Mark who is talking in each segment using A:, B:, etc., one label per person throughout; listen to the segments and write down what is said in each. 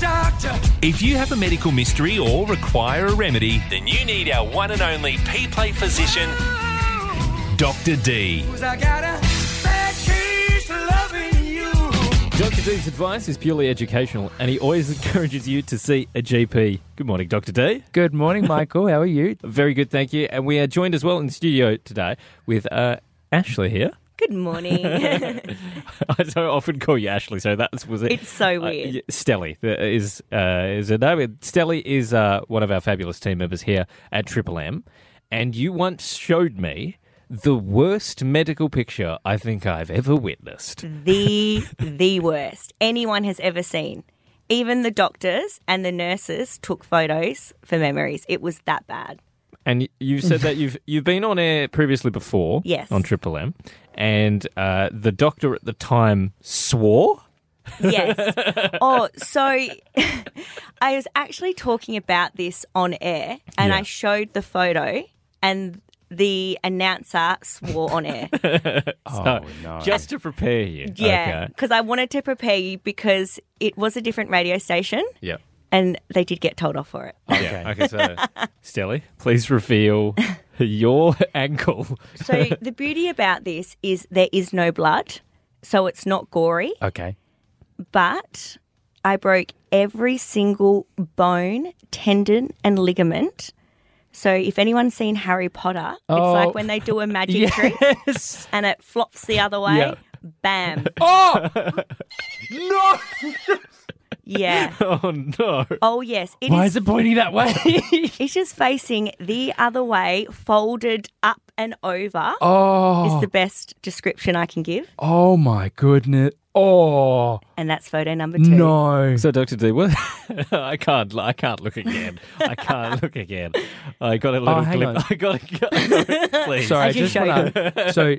A: doctor.
B: If you have a medical mystery or require a remedy, then you need our one and only P Play physician, Dr. D.
A: 'Cause I got a bad case of loving you.
C: Dr. D's advice is purely educational and he always encourages you to see a GP. Good morning, Dr. D.
D: Good morning, Michael. How are you?
C: Very good, thank you. And we are joined as well in the studio today with uh, Ashley here.
E: Good morning.
C: I so often call you Ashley, so that was it.
E: It's so
C: Uh,
E: weird.
C: y- Stelly uh, is uh, is her name. Stelly is uh, one of our fabulous team members here at Triple M, and you once showed me the worst medical picture I think I've ever witnessed.
E: the the worst anyone has ever seen. Even the doctors and the nurses took photos for memories. It was that bad.
C: And y- you said that you've you've been on air previously before,
E: Yes.
C: on Triple M, and uh, the doctor at the time swore.
E: Yes. oh, so I was actually talking about this on air and
C: Yeah.
E: I showed the photo and the announcer swore on air.
C: Oh no! Just to prepare you.
E: Yeah.
C: Okay.
E: Because I wanted to prepare you because it was a different radio station
C: Yeah.
E: and they did get told off for it.
C: Okay. okay. So, Stelly, please reveal your ankle.
E: So the beauty about this is there is no blood, so it's not gory,
D: Okay.
E: but I broke every single bone, tendon and ligament. So if anyone's seen Harry Potter,
D: Oh.
E: it's like when they do a magic trick
C: Yes.
E: and it flops the other way.
C: Yeah.
E: Bam.
D: Oh!
E: Yeah.
C: Oh no.
E: Oh yes. It is.
D: Why is it pointing that way?
E: it's just facing the other way, folded up and over
D: oh.
E: is the best description I can give.
D: Oh my goodness. Oh.
E: And that's photo number two.
D: No.
C: So, Doctor D, what? I can't. I can't look again. I can't look again. I got a little
D: Oh, hang
C: clip.
D: on.
C: I got a. Please.
D: Sorry,
E: I just showed
D: wanna- So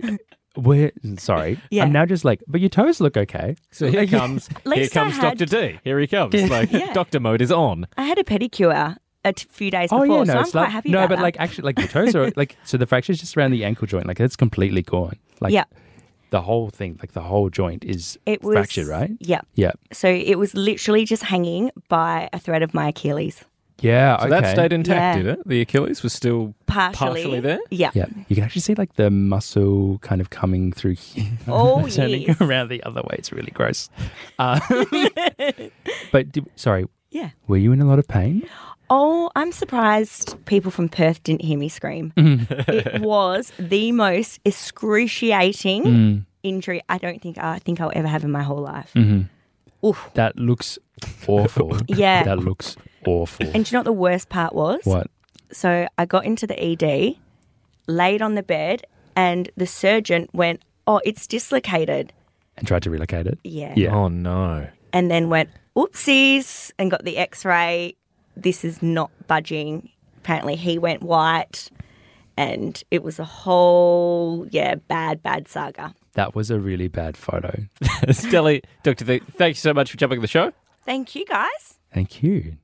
D: we're sorry.
E: Yeah.
D: I'm now just like, but your toes look okay.
C: So here comes. Here
E: least I
C: comes
E: had-
C: Doctor D. Here he comes. Like
E: Yeah.
C: Doctor Mode is on.
E: I had a pedicure a t- few days before, so I'm
D: it's
E: quite
D: like-
E: happy
D: Oh, No,
E: about
D: but
E: that.
D: like actually, like your toes are like so the fracture's just around the ankle joint. Like it's completely gone. Like
E: yeah,
D: the whole thing, like the whole joint is
E: it was
D: fractured, right?
E: Yeah.
D: Yeah.
E: So it was literally just hanging by a thread of my Achilles,
D: Yeah. okay.
C: That stayed intact,
E: Yeah.
C: did it? The Achilles was still
E: partially.
C: partially there.
E: Yeah.
D: Yeah. You can actually see like the muscle kind of coming through here.
E: Oh
D: turning
E: yes.
D: around the other way. It's really gross. Uh, but did, sorry,
E: Yeah.
D: were you in a lot of pain?
E: Oh, I'm surprised people from Perth didn't hear me scream.
D: Mm.
E: it was the most excruciating
D: Mm.
E: injury I don't think I think I'll ever have in my whole life. Oof.
D: That looks awful.
E: Yeah.
D: That looks awful.
E: And do you know what the worst part was?
D: what?
E: So I got into the ED, laid on the bed, and the surgeon went, "Oh, it's dislocated."
D: And tried to relocate it?
E: Yeah.
D: Yeah.
C: Oh no.
E: and then went oopsies and got the x-ray this is not budging apparently he went white and it was a whole yeah bad bad saga
D: That was a really bad photo.
C: Stelly, Doctor D, thank you so much for jumping on the show.
E: thank you guys
D: Thank you.